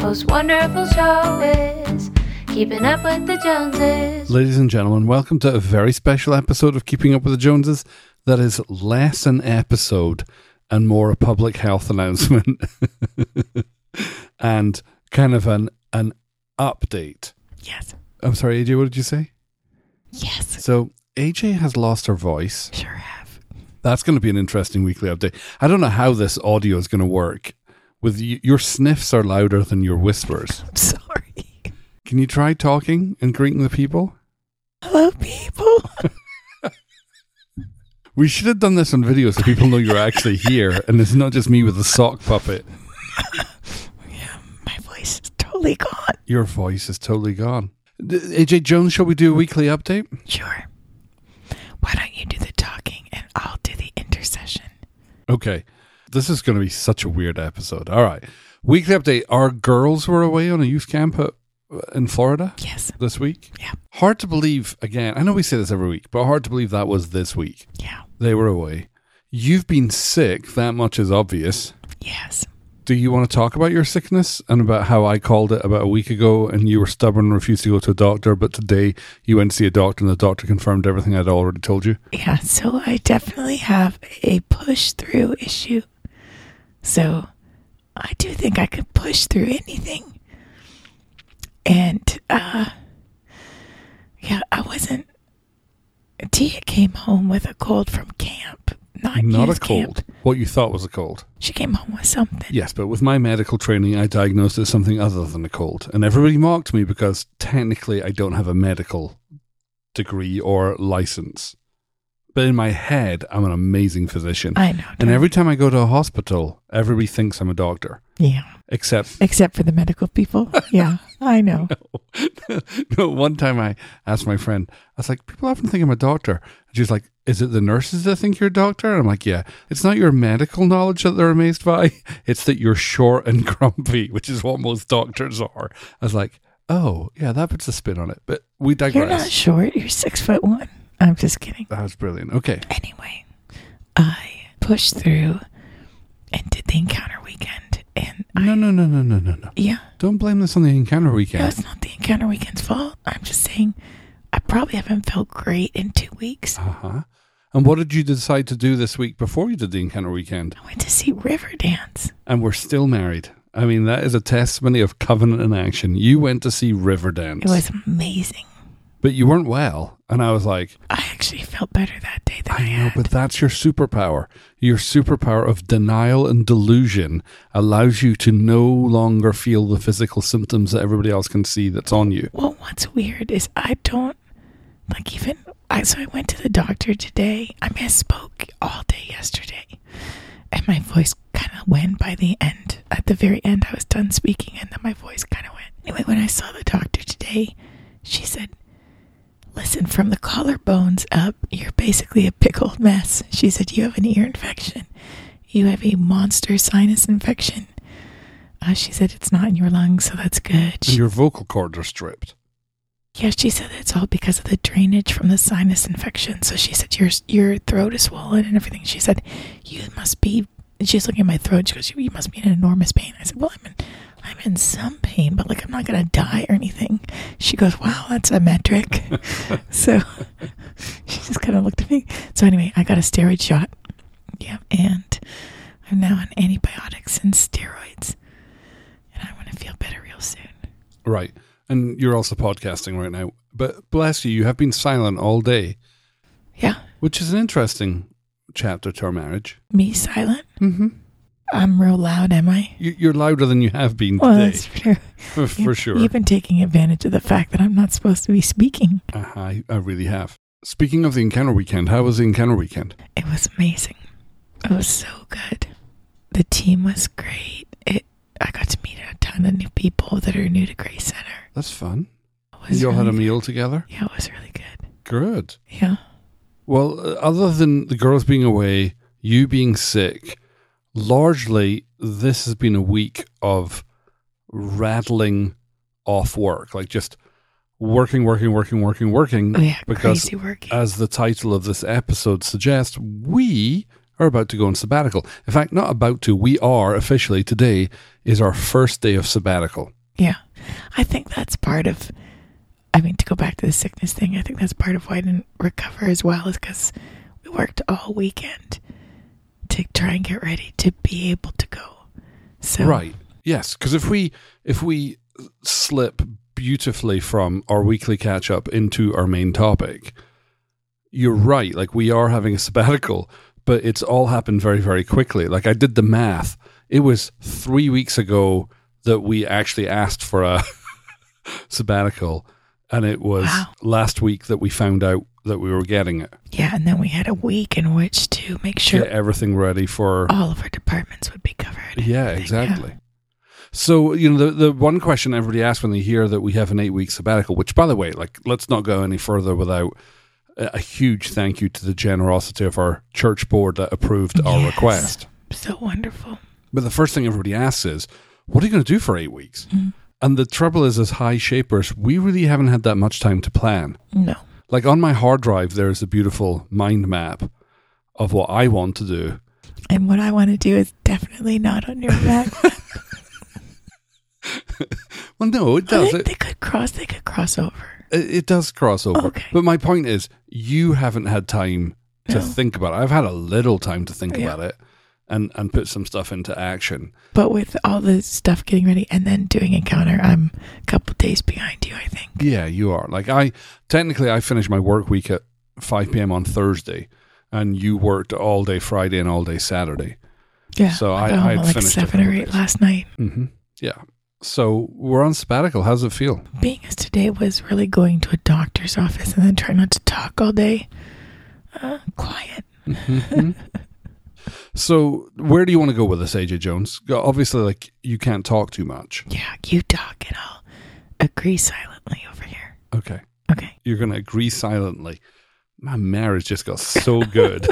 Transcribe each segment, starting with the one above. most wonderful show is Keeping Up with the Joneses. Ladies and gentlemen, welcome to a very special episode of Keeping Up with the Joneses that is less an episode and more a public health announcement and kind of an an update. Yes. I'm sorry, AJ, what did you say? Yes. So AJ has lost her voice. Sure have. That's going to be an interesting weekly update. I don't know how this audio is going to work. With y- your sniffs are louder than your whispers. I'm sorry. Can you try talking and greeting the people? Hello, people. We should have done this on video so people know you're actually here and it's not just me with a sock puppet. yeah, my voice is totally gone. Your voice is totally gone. D- AJ Jones, shall we do a weekly update? Sure. Why don't you do the talking and I'll do the intercession? Okay. This is going to be such a weird episode. All right. Weekly update. Our girls were away on a youth camp at, in Florida Yes. this week. Yeah. Hard to believe, again, I know we say this every week, but hard to believe that was this week. Yeah. They were away. You've been sick. That much is obvious. Yes. Do you want to talk about your sickness and about how I called it about a week ago and you were stubborn and refused to go to a doctor, but today you went to see a doctor and the doctor confirmed everything I'd already told you? Yeah. So I definitely have a push through issue. So I do think I could push through anything. And, uh, yeah, I wasn't. Tia came home with a cold from camp, not, Not a youth camp. cold. What you thought was a cold. She came home with something. Yes, but with my medical training, I diagnosed it as something other than a cold. And everybody mocked me because technically I don't have a medical degree or license. But in my head, I'm an amazing physician. I know. and every time I go to a hospital, everybody thinks I'm a doctor, yeah, except except for the medical people. Yeah, I know. no, one time I asked my friend, I was like, people often think I'm a doctor. And she's like, is it the nurses that think you're a doctor? And I'm like, yeah, it's not your medical knowledge that they're amazed by. It's that you're short and grumpy, which is what most doctors are. I was like, oh, yeah, that puts a spin on it. But we You're not digress. short. You're six foot one. I'm just kidding. That was brilliant. Okay. Anyway, I pushed through and did the encounter weekend, and No, no, no, no, no, no, no. yeah, Don't blame this on the encounter no, weekend. it's not the encounter weekend's fault. I'm just saying, I probably haven't felt great in two weeks. Uh huh. And what did you decide to do this week before you did the encounter weekend? I went to see Riverdance. and we're still married. I mean, that is a testimony of covenant in action. You went to see Riverdance, It was amazing. but you weren't well, and I was like, I actually felt better that day than I, I know, had. but that's your superpower. Your superpower of denial and delusion allows you to no longer feel the physical symptoms that everybody else can see that's on you. Well, what's weird is I don't like even. I, so I went to the doctor today. I mean, I spoke all day yesterday, and my voice kind of went by the end. At the very end, I was done speaking, and then my voice kind of went. Anyway, when I saw the doctor today, she said, "Listen, from the collarbones up, you're basically a big old mess." She said, "You have an ear infection. You have a monster sinus infection." Uh, she said, "It's not in your lungs, so that's good." And your vocal cords are stripped. Yeah, she said it's all because of the drainage from the sinus infection. So she said your your throat is swollen and everything. She said you must be. And she's looking at my throat. She goes, "You must be in enormous pain." I said, "Well, I'm in, I'm in some pain, but like I'm not gonna die or anything." She goes, "Wow, that's a metric." so she just kind of looked at me. So anyway, I got a steroid shot. Yeah, and I'm now on antibiotics and steroids, and I want to feel better real soon. Right. And you're also podcasting right now. But bless you, you have been silent all day, Yeah, which is an interesting chapter to our marriage. me silent. Mm-hmm. I'm real loud, am I? You're louder than you have been Well, today, that's true. for, Uh, for You've- sure. You've been taking advantage of the fact that I'm not supposed to be speaking. Uh, I, I really have. Speaking of the encounter weekend, how was the encounter weekend? It was amazing. It was so good. The team was great. It. I got to meet a ton of new people that are new to Grace Center. That's fun. It was You all had a really- meal together? Yeah, it was really good. Good. Yeah. Well, uh, other than the girls being away, you being sick, largely this has been a week of rattling off work, like just working, working, working, working, working. We had because Oh, crazy working. as the title of this episode suggests, we are about to go on sabbatical. In fact, not about to, we are officially today is our first day of sabbatical. Yeah. I think that's part of, I mean, to go back to the sickness thing, I think that's part of why I didn't recover as well, is because we worked all weekend to try and get ready to be able to go. So, Right. Yes, because if we if we slip beautifully from our weekly catch up into our main topic, you're right. Like we are having a sabbatical, but it's all happened very very quickly. Like I did the math. It was three weeks ago that we actually asked for a sabbatical, and it was Wow. last week that we found out that we were getting it. yeah. And then we had a week in which to make sure Get everything ready for all of our departments would be covered. and Yeah, everything. exactly. So, you know, the, the one question everybody asks when they hear that we have an eight week sabbatical, which, by the way, like, let's not go any further without a, a huge thank you to the generosity of our church board that approved our Yes. request. So wonderful. But the first thing everybody asks is, what are you going to do for eight weeks? And the trouble is, as high shapers, we really haven't had that much time to plan. No. Like, on my hard drive, there is a beautiful mind map of what I want to do. And what I want to do is definitely not on your back. Well, no, it I does. think It, they could cross. They could cross over. It, it does cross over. Okay. But my point is, you haven't had time to No. think about it. I've had a little time to think Yeah. about it and, and put some stuff into action. But with all the stuff getting ready and then doing encounter, I'm a couple days behind you. I think. Yeah, you are. Like, I technically, I finished my work week at 5 p.m. on Thursday, and you worked all day Friday and all day Saturday. Yeah. So I- got I home had at like finished a seven or couple eight days. last night. Mm-hmm. Yeah. So we're on sabbatical. How's it feel? Being as today was really going to a doctor's office and then trying not to talk all day. Uh, quiet. Mm-hmm. So, where do you want to go with this, AJ Jones? Obviously, like, you can't talk too much. Yeah, you talk and I'll agree silently over here. Okay. Okay. you're going to agree silently. My marriage just got so good.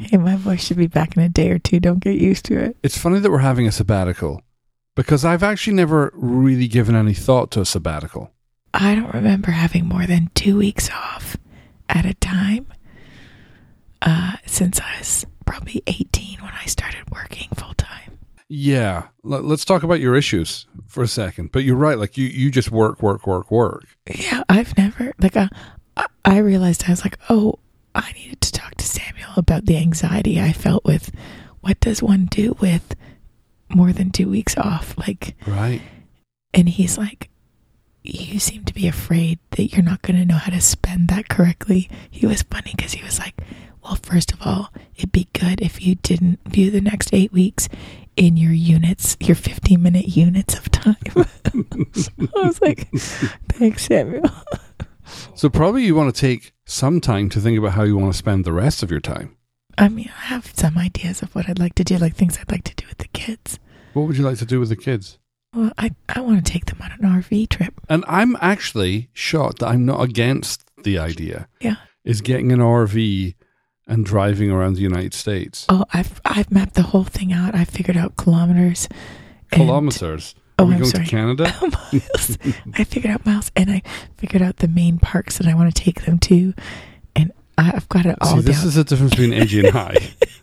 Hey, my voice should be back in a day or two. Don't get used to it. it's funny that we're having a sabbatical because I've actually never really given any thought to a sabbatical. I don't remember having more than two weeks off at a time uh, since I was probably 18 when I started working full time. Yeah, Let- let's talk about your issues for a second. But you're right, like you you just work, work, work, work. Yeah, I've never, like, uh, I- I realized I was like, oh, I needed to talk to Samuel about the anxiety I felt with what does one do with more than two weeks off? Like, Right. and he's like, you seem to be afraid that you're not going to know how to spend that correctly. He was funny because he was like, well, first of all, it'd be good if you didn't view the next eight weeks in your units, your 15 minute units of time. I was like, thanks, Samuel. So probably you want to take some time to think about how you want to spend the rest of your time. I mean, I have some ideas of what I'd like to do, like things I'd like to do with the kids. What would you like to do with the kids? Well, I, I want to take them on an RV trip. And I'm actually shocked that I'm not against the idea. Yeah. Is getting an RV and driving around the United States. Oh, I've, I've mapped the whole thing out. I figured out kilometers. and- kilometers. Are Oh, we I'm going sorry. to Canada? miles. I figured out miles, and I figured out the main parks that I want to take them to, and I- I've got it all See, this down. is the difference between AJ and I.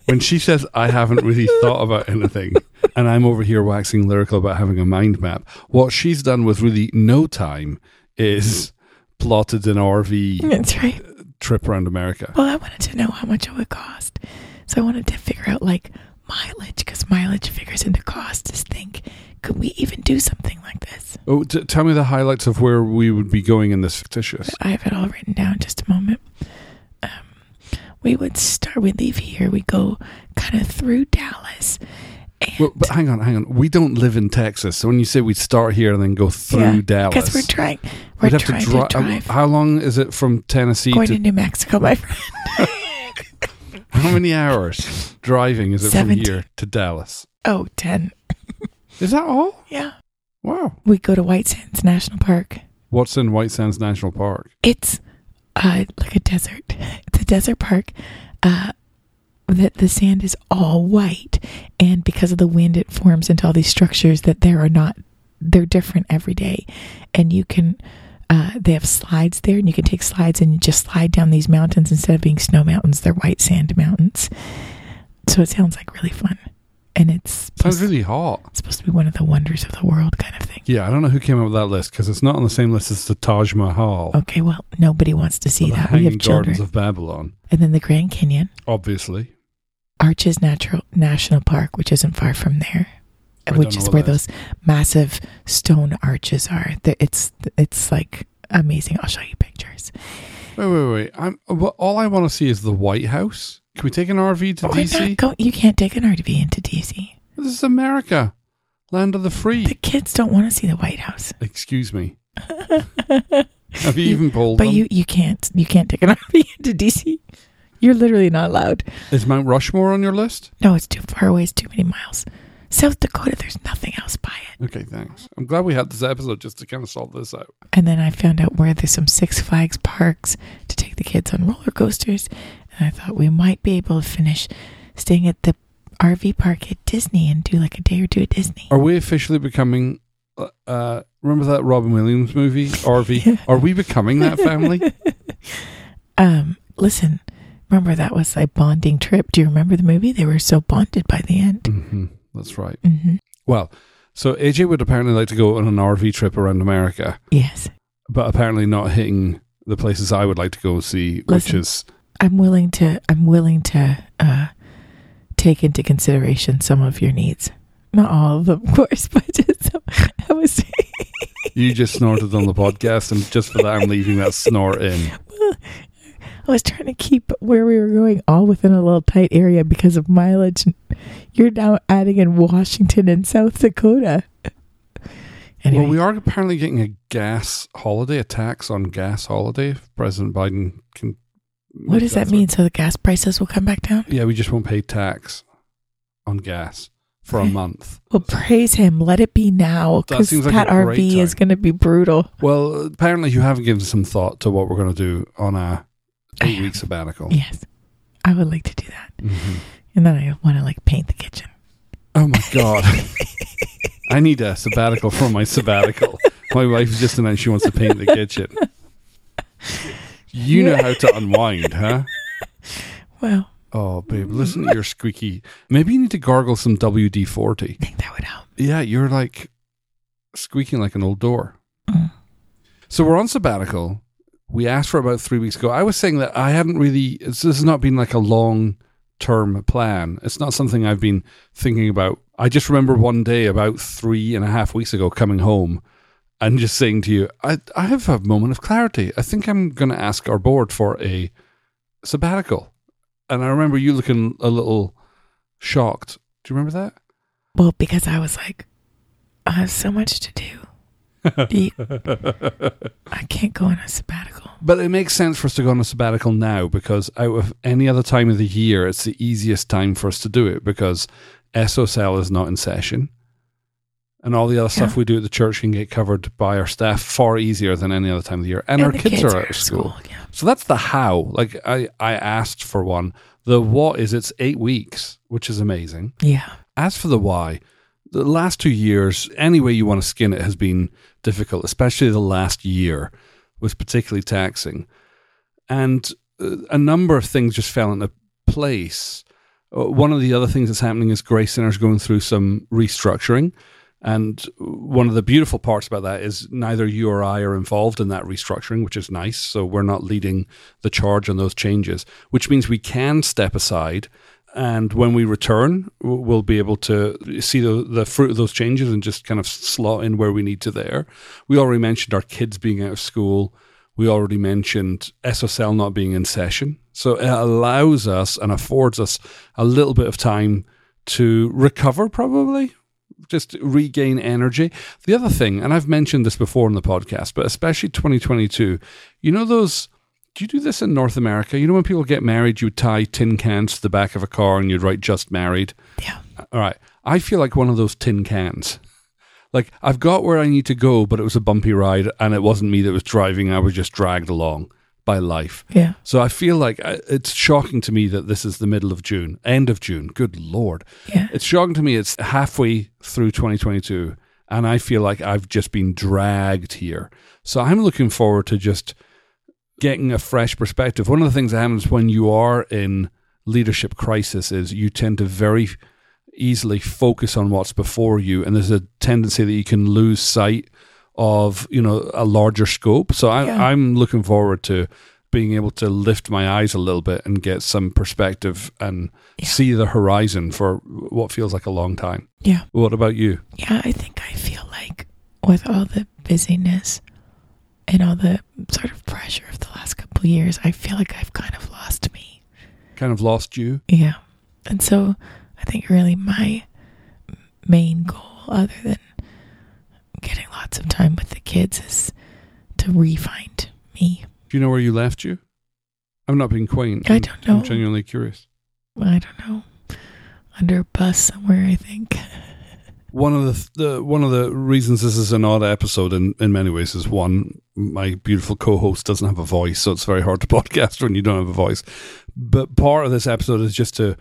when she says, I haven't really thought about anything, and I'm over here waxing lyrical about having a mind map, what she's done with really no time is plotted an RV That's right. trip around America. Well, I wanted to know how much it would cost, so I wanted to figure out like mileage because mileage figures into cost. Just think, could we even do something like this? Oh, t- tell me the highlights of where we would be going in this fictitious. I have it all written down. Just a moment. Um, we would start. We leave here. We go kind of through Dallas. And Well, but hang on, hang on. We don't live in Texas, so when you say we'd start here and then go through Dallas, because we're trying. We're we'd have trying to, dri- drive. How long is it from Tennessee going to to New Mexico, my friend. How many hours driving is it Seventeen. from here to Dallas? Oh, 10. Is that all? Yeah. Wow. We go to White Sands National Park. What's in White Sands National Park? It's uh, like a desert. It's a desert park. Uh, that the sand is all white, and because of the wind, it forms into all these structures that there are not. They're different every day, and you can. Uh, they have slides there, and you can take slides and you just slide down these mountains instead of being snow mountains. They're white sand mountains. So it sounds like really fun. and it's Sounds supposed, really hot. it's supposed to be one of the wonders of the world kind of thing. Yeah, I don't know who came up with that list because it's not on the same list as the Taj Mahal, Okay, well, nobody wants to or Oh, see the that. We Hanging have Gardens children. of Babylon, and then the Grand Canyon, obviously. Arches Natural National Park, which isn't far from there, I don't which know is what where that is. those massive stone arches are. The- It's it's like amazing. I'll show you pictures. Wait, wait, wait. I'm, well, all I want to see is the White House. Can we take an RV to We're DC? not go- you can't take an RV into DC. this is America, land of the free. The kids don't want to see the White House. Excuse me. Have you even polled But them? you, you can't you can't take an RV into DC. You're literally not allowed. is Mount Rushmore on your list? No, it's too far away. It's too many miles. South Dakota, there's nothing else by it. Okay, thanks. I'm glad we had this episode just to kind of solve this out. And then I found out where there's some Six Flags parks to take the kids on roller coasters. And I thought we might be able to finish staying at the RV park at Disney and do like a day or two at Disney. Are we officially becoming? uh, Uh, remember that Robin Williams movie, RV? Yeah. Are we becoming that family? Um, listen, remember that was a bonding trip. Do you remember the movie? They were so bonded by the end. hmm that's right. hmm Well, so AJ would apparently like to go on an RV trip around America, Yes. but apparently not hitting the places I would like to go see, which Listen. is I'm willing to I'm willing to uh, take into consideration some of your needs. Not all of them, of course, but just some, I was saying, you just snorted on the podcast, and just for that, I'm leaving that snort in. I was trying to keep where we were going all within a little tight area because of mileage. You're now adding in Washington and South Dakota. Anyway, Well, we are apparently getting a gas holiday, a tax on gas holiday. If President Biden can. what does that mean? So the gas prices will come back down? Yeah, we just won't pay tax on gas for a month. Well, praise him. Let it be now That because that, seems like a great RV is going to be brutal. Well, apparently you haven't given some thought to what we're going to do on a I eight week sabbatical. Yes, I would like to do that, Mhm. and then I want to like paint the kitchen. Oh my god. I need a sabbatical from my sabbatical. My wife just announced she wants to paint the kitchen. You know how to unwind, huh? Well, Oh, babe, listen to your squeaky. Maybe you need to gargle some WD 40. I think that would help. Yeah, you're like squeaking like an old door. Mm. So we're on sabbatical. We asked for about three weeks ago. I was saying that I haven't really, it's, this has not been like a long term plan. It's not something I've been thinking about. I just remember one day about three and a half weeks ago coming home and just saying to you, I, I have a moment of clarity. I think I'm going to ask our board for a sabbatical. And I remember you looking a little shocked. Do you remember that? Well, because I was like, I have so much to do. You- I can't go on a sabbatical. But it makes sense for us to go on a sabbatical now because out of any other time of the year, it's the easiest time for us to do it because SOCL is not in session. And all the other stuff Yeah. we do at the church can get covered by our staff far easier than any other time of the year. And, our the kids, are out of school. Yeah. So that's the how. Like I, I asked for one. The what is it's eight weeks, which is amazing. yeah. As for the why, the last two years, any way you want to skin it, has been difficult, especially the last year was particularly taxing. And uh, a number of things just fell into place. Uh, One of the other things that's happening is Grace Center is going through some restructuring. And one of the beautiful parts about that is neither you or I are involved in that restructuring, which is nice. So we're not leading the charge on those changes, which means we can step aside. And when we return, w- we'll be able to see the, the fruit of those changes and just kind of slot in where we need to there. We already mentioned our kids being out of school. We already mentioned SSL not being in session. So it allows us and affords us a little bit of time to recover, probably just regain energy. The other thing, and I've mentioned this before in the podcast, but especially 2022, you know, those. Do you do this in North America? You know, when people get married, you tie tin cans to the back of a car and you'd write just married. Yeah. All right. I feel like one of those tin cans. Like, I've got where I need to go, but it was a bumpy ride and it wasn't me that was driving. I was just dragged along by life. Yeah. So I feel like I, it's shocking to me that this is the middle of June, end of June. Good Lord. Yeah. It's shocking to me. It's halfway through 2022, and I feel like I've just been dragged here. So I'm looking forward to just getting a fresh perspective. One of the things that happens when you are in leadership crisis is you tend to very easily focus on what's before you, and there's a tendency that you can lose sight of you know a larger scope. So I, Yeah. I'm looking forward to being able to lift my eyes a little bit and get some perspective and Yeah. see the horizon for what feels like a long time. Yeah. What about you? Yeah, I think I feel like with all the busyness and all the sort of pressure of the last couple of years, I feel like I've kind of lost me. Kind of lost you? Yeah. And so I think really my main goal, other than getting lots of time with the kids, is to re-find me. Do you know where you left you? I'm not being quaint. I I'm- don't know. I'm genuinely curious. I don't know. Under a bus somewhere, I think. One of the, th- the one of the reasons this is an odd episode in, in many ways is one, my beautiful co-host doesn't have a voice, so it's very hard to podcast when you don't have a voice. But part of this episode is just to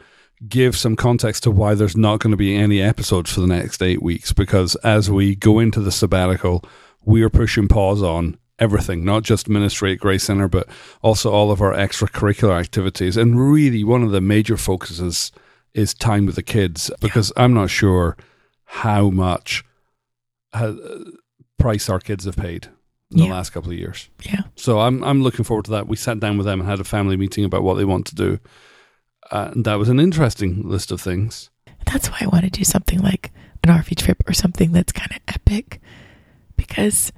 give some context to why there's not going to be any episodes for the next eight weeks because as we go into the sabbatical, we are pushing pause on everything, not just ministry at Grace Center, but also all of our extracurricular activities. And really, one of the major focuses is time with the kids because I'm not sure how much ha- price our kids have paid in the Yeah. last couple of years. Yeah. So I'm I'm looking forward to that. We sat down with them and had a family meeting about what they want to do, uh, and that was an interesting list of things. That's why I want to do something like an RV trip or something that's kind of epic because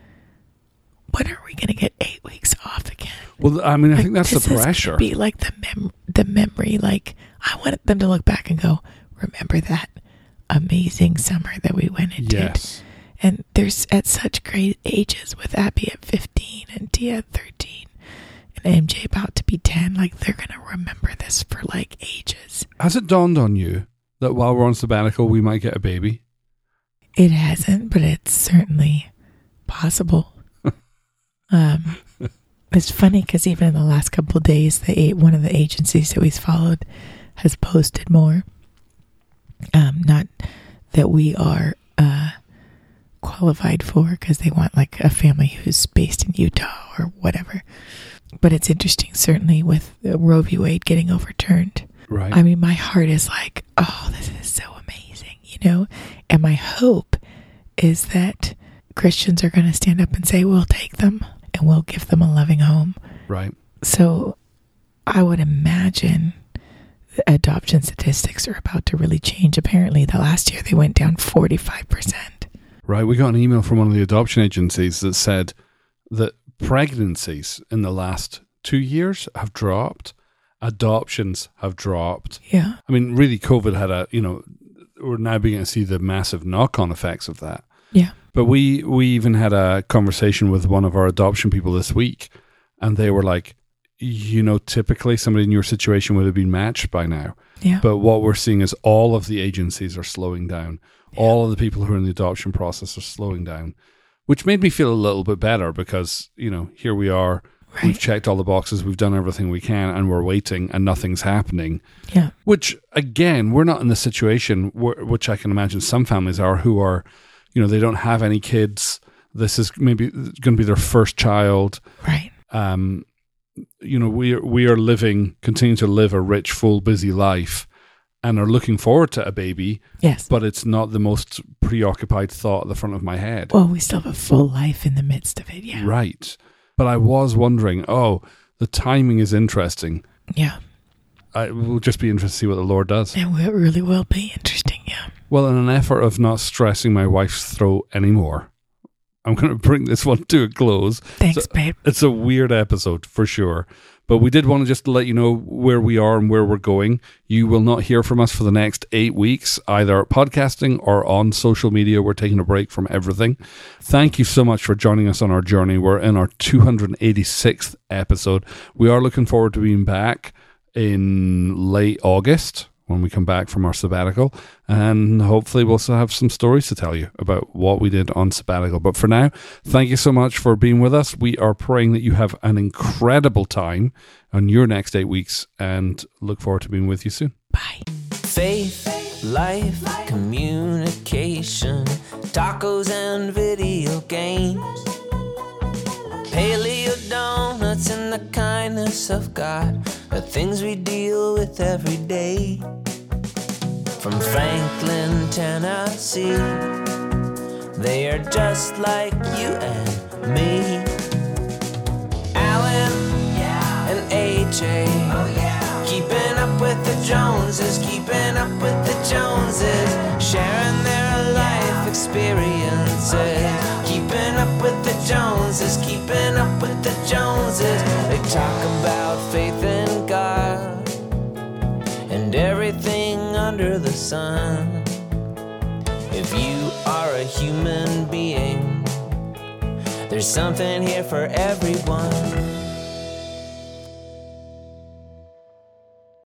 when are we going to get eight weeks off again? Well, I mean, I Like, think that's the this is gonna pressure. Be like the mem- the memory. Like I want them to look back and go, remember that amazing summer that we went and did. Yes, And there's at such great ages with Abby at 15 and Tia at 13 and MJ about to be 10. Like they're going to remember this for like ages. has it dawned on you that while we're on sabbatical, we might get a baby? It hasn't, but it's certainly possible. um, it's funny because even in the last couple of days, the a- one of the agencies that we've followed has posted more. Um, not that we are uh, qualified for, because they want like a family who's based in Utah or whatever. But it's interesting, certainly, with uh, Roe v. Wade getting overturned. Right. I mean, my heart is like, oh, this is so amazing, you know? And my hope is that Christians are going to stand up and say, we'll take them and we'll give them a loving home. right. So I would imagine the adoption statistics are about to really change. Apparently, the last year they went down 45%. Right. We got an email from one of the adoption agencies that said that pregnancies in the last two years have dropped, adoptions have dropped. Yeah. I mean, really, COVID had a you know we're now beginning to see the massive knock-on effects of that. Yeah. But we we even had a conversation with one of our adoption people this week, and they were like, you know, typically somebody in your situation would have been matched by now. Yeah. But what we're seeing is all of the agencies are slowing down. All of the people who are in the adoption process are slowing down, which made me feel a little bit better because, you know, here we are. We've Right. checked all the boxes, we've done everything we can, and we're waiting, and nothing's happening. Yeah. Which, again, we're not in the situation where, which I can imagine some families are who are, you know, they don't have any kids. This is maybe going to be their first child Right. um, you know, we are, we are living, continuing to live a rich, full, busy life, and are looking forward to a baby, Yes. but it's not the most preoccupied thought at the front of my head. Well, we still have a full life in the midst of it. Yeah. Right. But I was wondering, oh, the timing is interesting. Yeah. I will just be interested to see what the Lord does. And it really will be interesting. Yeah. Well, in an effort of not stressing my wife's throat anymore, I'm going to bring this one to a close. Thanks, babe. it's a weird episode for sure. But we did want to just let you know where we are and where we're going. You will not hear from us for the next eight weeks, either podcasting or on social media. We're taking a break from everything. Thank you so much for joining us on our journey. We're in our 286th episode. We are looking forward to being back in late August when we come back from our sabbatical. And hopefully, we'll also have some stories to tell you about what we did on sabbatical. But for now, thank you so much for being with us. We are praying that you have an incredible time on your next eight weeks and look forward to being with you soon. Bye. Faith, life, communication, tacos and video games. Paleo donuts and the kindness of God are things we deal with every day. from Franklin, Tennessee. They are just like you and me. Alan and AJ. Keeping up with the Joneses, keeping up with the Joneses. Sharing their life experiences. Keeping up with the Joneses, keeping up with the Joneses. They talk about faith in God and everything under the sun. If you are a human being, there's something here for everyone.